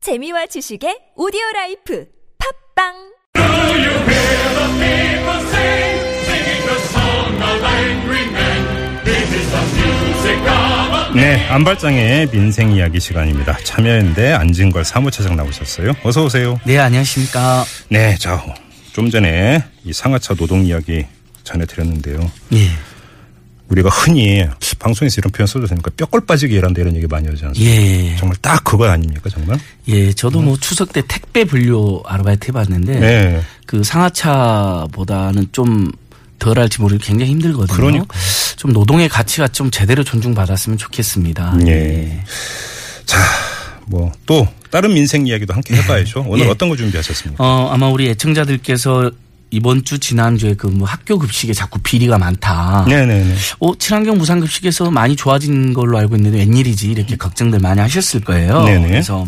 재미와 지식의 오디오 라이프 팝빵 네, 안발장의 민생 이야기 시간입니다. 참여연대 안진걸 사무처장 나오셨어요. 어서 오세요. 네, 안녕하십니까. 네, 자, 좀 전에 이 상하차 노동 이야기 전해드렸는데요. 예. 우리가 흔히 방송에서 이런 표현 써도 되니까 뼈골 빠지게 일한다 이런 얘기 많이 하지 않습니까? 예. 정말 딱 그거 아닙니까, 정말? 예, 저도 뭐 추석 때 택배 분류 아르바이트 해봤는데, 네. 그 상하차보다는 좀 덜할지 모르고 굉장히 힘들거든요. 그러니까요. 좀 노동의 가치가 좀 제대로 존중받았으면 좋겠습니다. 예. 자, 뭐 또 다른 민생 이야기도 함께 해봐야죠. 오늘 예. 어떤 거 준비하셨습니까? 어, 아마 우리 애청자들께서 이번 주 지난주에 그 뭐 학교 급식에 자꾸 비리가 많다. 네네네. 어, 친환경 무상급식에서 많이 좋아진 걸로 알고 있는데 웬일이지 이렇게 걱정들 많이 하셨을 거예요. 네네. 그래서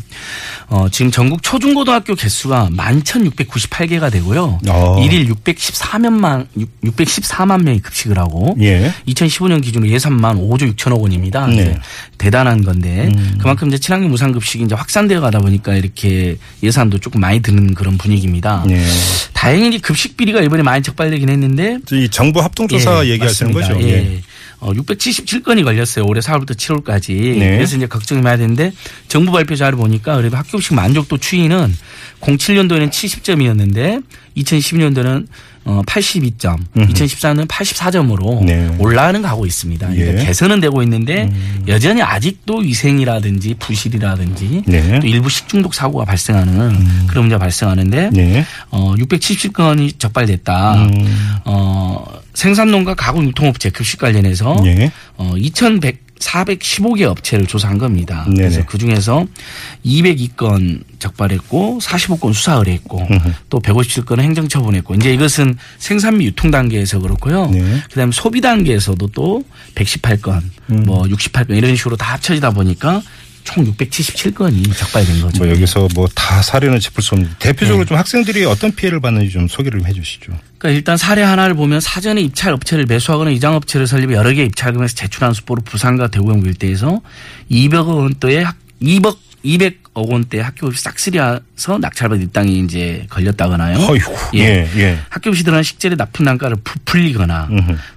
어, 지금 전국 초중고등학교 개수가 11,698개가 되고요. 어. 일일 614명만 614만 명이 급식을 하고 예. 2015년 기준으로 예산만 5조 6천억 원입니다. 네. 음. 이제 대단한 건데 그만큼 이제 친환경 무상급식이 이제 확산되어 가다 보니까 이렇게 예산도 조금 많이 드는 그런 분위기입니다. 예. 다행히 이제 급식 비리가 이번에 많이 적발되긴 했는데 이 정부 합동조사 예, 얘기하시는 맞습니다. 거죠? 예. 어, 677건이 걸렸어요. 올해 4월부터 7월까지. 네. 그래서 이제 걱정이 많이 되는데 정부 발표 자료 보니까 그래도 학교식 만족도 추이는 07년도에는 70점이었는데 2010년도는 어 82점, 2014년 84점으로 네. 올라가는 가고 있습니다. 예. 음. 그러니까 개선은 되고 있는데 여전히 아직도 위생이라든지 부실이라든지 네. 또 일부 식중독 사고가 발생하는 그런 문제가 발생하는데 음. 네. 어, 670건이 적발됐다. 음. 어, 생산농가 가구 유통업체 급식 관련해서 예. 어, 2,100 415개 업체를 조사한 겁니다. 그래서 네네. 그 중에서 202건 적발했고 45건 수사 의뢰했고 음. 또 157건은 행정 처분했고 이제 이것은 생산미 유통 단계에서 그렇고요. 네. 그다음에 소비 단계에서도 또 118건 음. 뭐 68건 이런 식으로 다 합쳐지다 보니까 총 677건이 적발된 거죠. 뭐 여기서 뭐 다 사례는 짚을 수 없는데 예. 대표적으로 좀 학생들이 어떤 피해를 받는지 좀 소개를 좀 해주시죠. 그러니까 일단 사례 하나를 보면 사전에 입찰 업체를 매수하거나 이장 업체를 설립해 여러 개의 입찰금에서 제출한 수포로 부산과 대구형 일대에서 200억 원대의 학- 200 200억 원대 학교 싹쓸이해서 낙찰받은 입당이 이제 걸렸다거나요. 어이구, 예, 예. 학교 시들한 식재료 납품 단가를 부풀리거나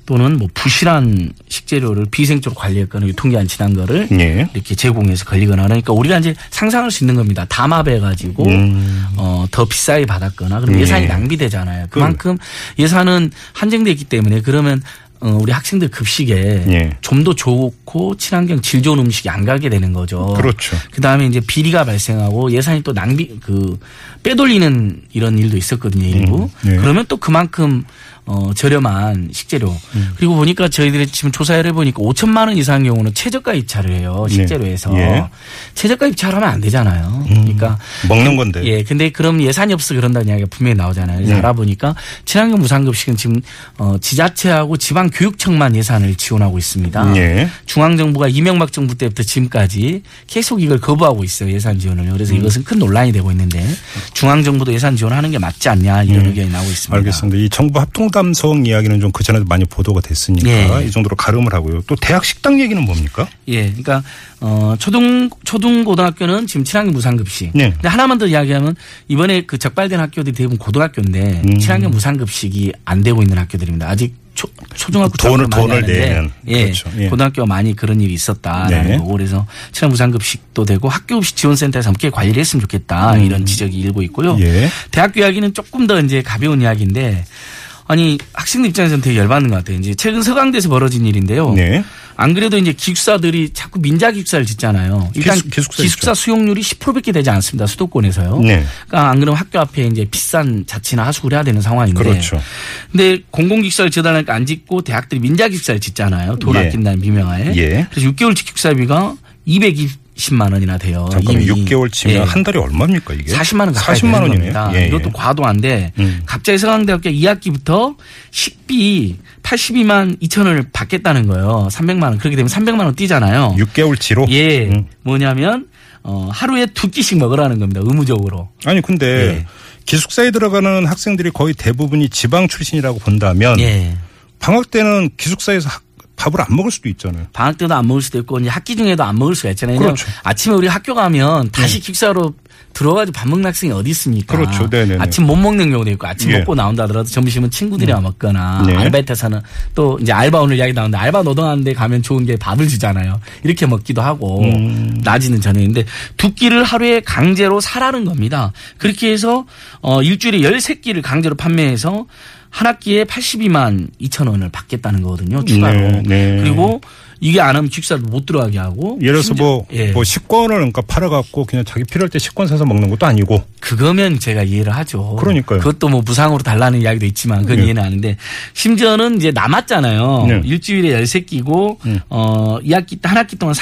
또는 뭐 부실한 식재료를 비생적으로 관리했거나 유통기한 지난 거를 예. 이렇게 제공해서 걸리거나 그러니까 우리가 이제 상상할 수 있는 겁니다. 담합해 가지고 어, 더 비싸게 받았거나 그럼 음. 예산이 예. 낭비되잖아요. 그만큼 예산은 한정돼 있기 때문에 그러면 어, 우리 학생들 급식에 예. 좀 더 좋고 친환경 질 좋은 음식이 안 가게 되는 거죠. 그렇죠. 그 다음에 이제 비리가 발생하고 예산이 또 낭비 그 빼돌리는 이런 일도 있었거든요 일부. 음, 네. 그러면 또 그만큼 어 저렴한 식재료 음. 그리고 보니까 저희들이 지금 조사를 해보니까 5천만 원 이상 경우는 최저가 입찰을 해요 식재료에서 예. 음. 최저가 입찰하면 안 되잖아요. 그러니까 먹는 건데. 예, 네. 근데 그럼 예산이 없어 그런다는 이야기가 분명히 나오잖아요. 그래서 알아보니까 친환경 무상급식은 지금 어, 지자체하고 지방 교육청만 예산을 지원하고 있습니다. 예. 중앙정부가 이명박 정부 때부터 지금까지 계속 이걸 거부하고 있어요 예산 지원을. 그래서 이것은 큰 논란이 되고 있는데 중앙정부도 예산 지원하는 게 맞지 않냐 이런 의견이 나오고 있습니다. 알겠습니다. 이 정부 합동감성 이야기는 좀 그전에도 많이 보도가 됐으니까 예. 이 정도로 가름을 하고요. 또 대학 식당 얘기는 뭡니까? 예, 그러니까 어 초등 초등고등학교는 지금 친환경 무상급식. 네. 근데 하나만 더 이야기하면 이번에 그 적발된 학교들이 대부분 고등학교인데 음. 친환경 무상급식이 안 되고 있는 학교들입니다. 아직 초, 초등학교 그 돈을- 중학교 많이 돈을 하는데 내는. 예, 그렇죠. 예. 고등학교가 많이 그런 일이 있었다라는 네. 거고 그래서 친환경 무상급식도 되고 학교 없이 지원센터에서 함께 관리를 했으면 좋겠다 이런 지적이 일고 있고요. 음. 예. 대학교 이야기는 조금 더 이제 가벼운 이야기인데 아니 학생들 입장에서는 되게 열받는 것 같아요. 이제 최근 서강대에서 벌어진 일인데요. 네. 안 그래도 이제 기숙사들이 자꾸 민자 기숙사를 짓잖아요. 일단 기숙- 기숙사 기숙사, 수용률이 10%밖에 되지 않습니다. 수도권에서요. 네. 그러니까 안 그러면 학교 앞에 이제 비싼 자취나 하숙을 해야 되는 상황인데. 그렇죠. 근데 공공기숙사를 지어달라니까 안 짓고 대학들이 민자 기숙사를 짓잖아요. 돈 예. 아낀다는 미명하에. 예. 그래서 6개월 기숙사비가 220만 원이나 돼요. 잠깐 아, 이미. 6개월 치면 예. 한 달에 얼마입니까 이게? 40만 원 가까이 40만 되는 원이네요. 겁니다. 예, 음. 예. 이것도 과도한데 갑자기 서강대학교 2학기부터 식비 82만 2천 원을 받겠다는 거예요. 300만 원 그렇게 되면 300만 원 뛰잖아요. 6개월치로? 음. 예, 뭐냐면 어, 하루에 두 끼씩 먹으라는 겁니다. 의무적으로. 아니 근데 예. 기숙사에 들어가는 학생들이 거의 대부분이 지방 출신이라고 본다면 예. 방학 때는 기숙사에서 학- 밥을 안 먹을 수도 있잖아요. 방학 때도 안 먹을 수도 있고 이제 학기 중에도 안 먹을 수가 있잖아요. 그렇죠. 아침에 우리 학교 가면 다시 기숙사로 들어가지고 밥 먹는 학생이 어디 있습니까? 그렇죠. 네네네. 아침 못 먹는 경우도 있고 아침 예. 먹고 나온다 하더라도 점심은 친구들이랑 먹거나 네. 알바에서는 또 이제 알바 오늘 이야기 나오는데 알바 노동하는데 가면 좋은 게 밥을 주잖아요. 이렇게 먹기도 하고 음. 낮이는 저녁인데 두 끼를 하루에 강제로 사라는 겁니다. 그렇게 해서 어 일주일에 13끼를 강제로 판매해서 한 학기에 82만 2천 원을 받겠다는 거거든요. 네, 추가로. 네. 그리고 어? 이게 안 하면 식사를 못 들어가게 하고 예를 들어서 뭐, 심지어- 예. 뭐 식권을 그러니까 팔아갖고 그냥 자기 필요할 때 식권 사서 먹는 것도 아니고 그거면 제가 이해를 하죠. 그러니까요. 그것도 뭐 무상으로 달라는 이야기도 있지만 그건 예. 이해는 하는데 심지어는 이제 남았잖아요. 네. 일주일에 13끼고 어 2학기 한 학기 동안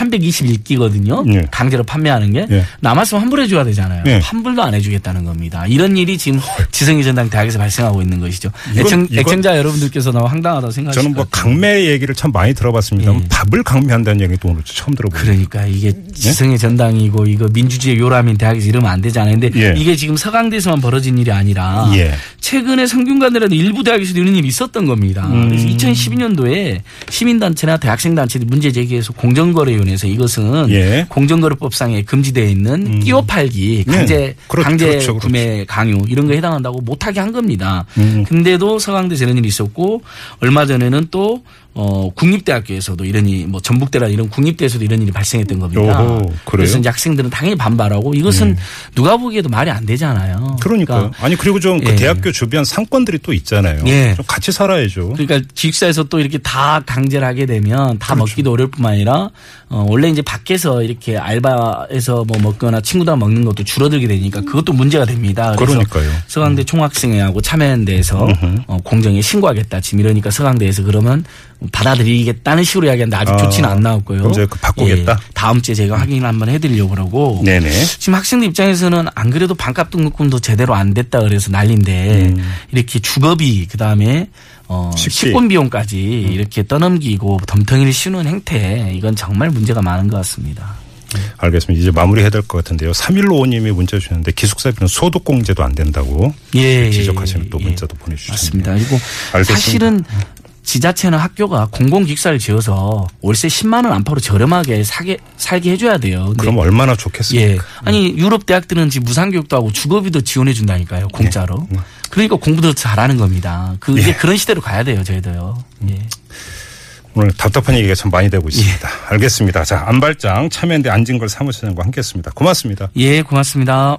321끼거든요. 예. 강제로 판매하는 게 예. 남았으면 환불해 줘야 되잖아요. 예. 환불도 안 해주겠다는 겁니다. 이런 일이 지금 지성희 전당 대학에서 발생하고 있는 것이죠. 이건- 애청, 이건- 자 여러분들께서 너무 황당하다고 생각하시죠. 저는 뭐 강매 얘기를 참 많이 들어봤습니다만 밥을 강매한다는 얘기 도 오늘 처음 들어보네요. 예. 그러니까 이게 지성의 전당이고 이거 민주주의 요람인 대학에서 이러면 안 되잖아요. 근데 예. 이게 지금 서강대에서만 벌어진 일이 아니라 예. 최근에 상균관이라도 일부 대학에서도 이런 일이 있었던 겁니다. 음. 그래서 2012년도에 시민단체나 대학생단체들이 문제 제기해서 공정거래위원회에서 이것은 예. 음. 공정거래법상에 금지되어 있는 끼워 팔기, 네. 강제, 그렇- 강제 그렇죠, 그렇죠. 구매 강요 이런 거에 해당한다고 못하게 한 겁니다. 음. 근데도 서강대에서 이런 일이 있었고 얼마 전에는 또 어, 국립대학교에서도 이런 일, 뭐 전북대나 이런 국립대에서도 이런 일이 발생했던 겁니다. 오호, 그래요? 네. 서 이제 학생들은 당연히 반발하고 이것은 누가 보기에도 말이 안 되잖아요. 그러니까요. 아니 그리고 좀 그 예. 대학교 주변 상권들이 또 있잖아요. 예. 좀 같이 살아야죠. 그렇죠. 그러니까 기숙사에서 또 이렇게 다 강제를 하게 되면 다 먹기도 어려울 뿐만 아니라 어, 원래 이제 밖에서 이렇게 알바에서 뭐 먹거나 친구들하고 먹는 것도 줄어들게 되니까 그것도 문제가 됩니다. 그래서 그러니까요. 음. 서강대 총학생회하고 참여연대에서 어, 공정에 신고하겠다. 지금 이러니까 서강대에서 그러면 받아들이겠다는 식으로 이야기하는데 아직 아, 조치는 안 나왔고요. 그럼 저희 그 바꾸겠다? 예, 다음 주에 제가 확인 한번 해드리려고 그러고 네네. 지금 학생들 입장에서는 안 그래도 반값 등록금도 제대로 안 됐다 그래서 난리인데 이렇게 주거비 그다음에 어 식비. 음. 식권 비용까지 음. 이렇게 떠넘기고 덤텅이를 씌우는 행태 이건 정말 문제가 많은 것 같습니다. 알겠습니다. 이제 마무리해야 될 것 같은데요. 3155님이 문자 주셨는데 기숙사비는 소득공제도 안 된다고 예, 지적하시는 또 예, 문자도 보내주셨네요. 맞습니다. 그리고 알겠습니다. 사실은 지자체나 학교가 공공기숙사를 지어서 월세 10만 원 안팎으로 저렴하게 사게 살게 해줘야 돼요. 근데 그럼 얼마나 좋겠습니까? 네. 예. 아니 유럽 대학들은 지금 무상교육도 하고 주거비도 지원해 준다니까요 공짜로. 그러니까 공부도 잘하는 겁니다. 그 이제 그런 시대로 가야 돼요 저희도요. 예. 오늘 답답한 얘기가 참 많이 되고 있습니다. 예. 알겠습니다. 자 안발장 참여연대 안진걸 사무처장과 함께했습니다. 고맙습니다. 예, 고맙습니다.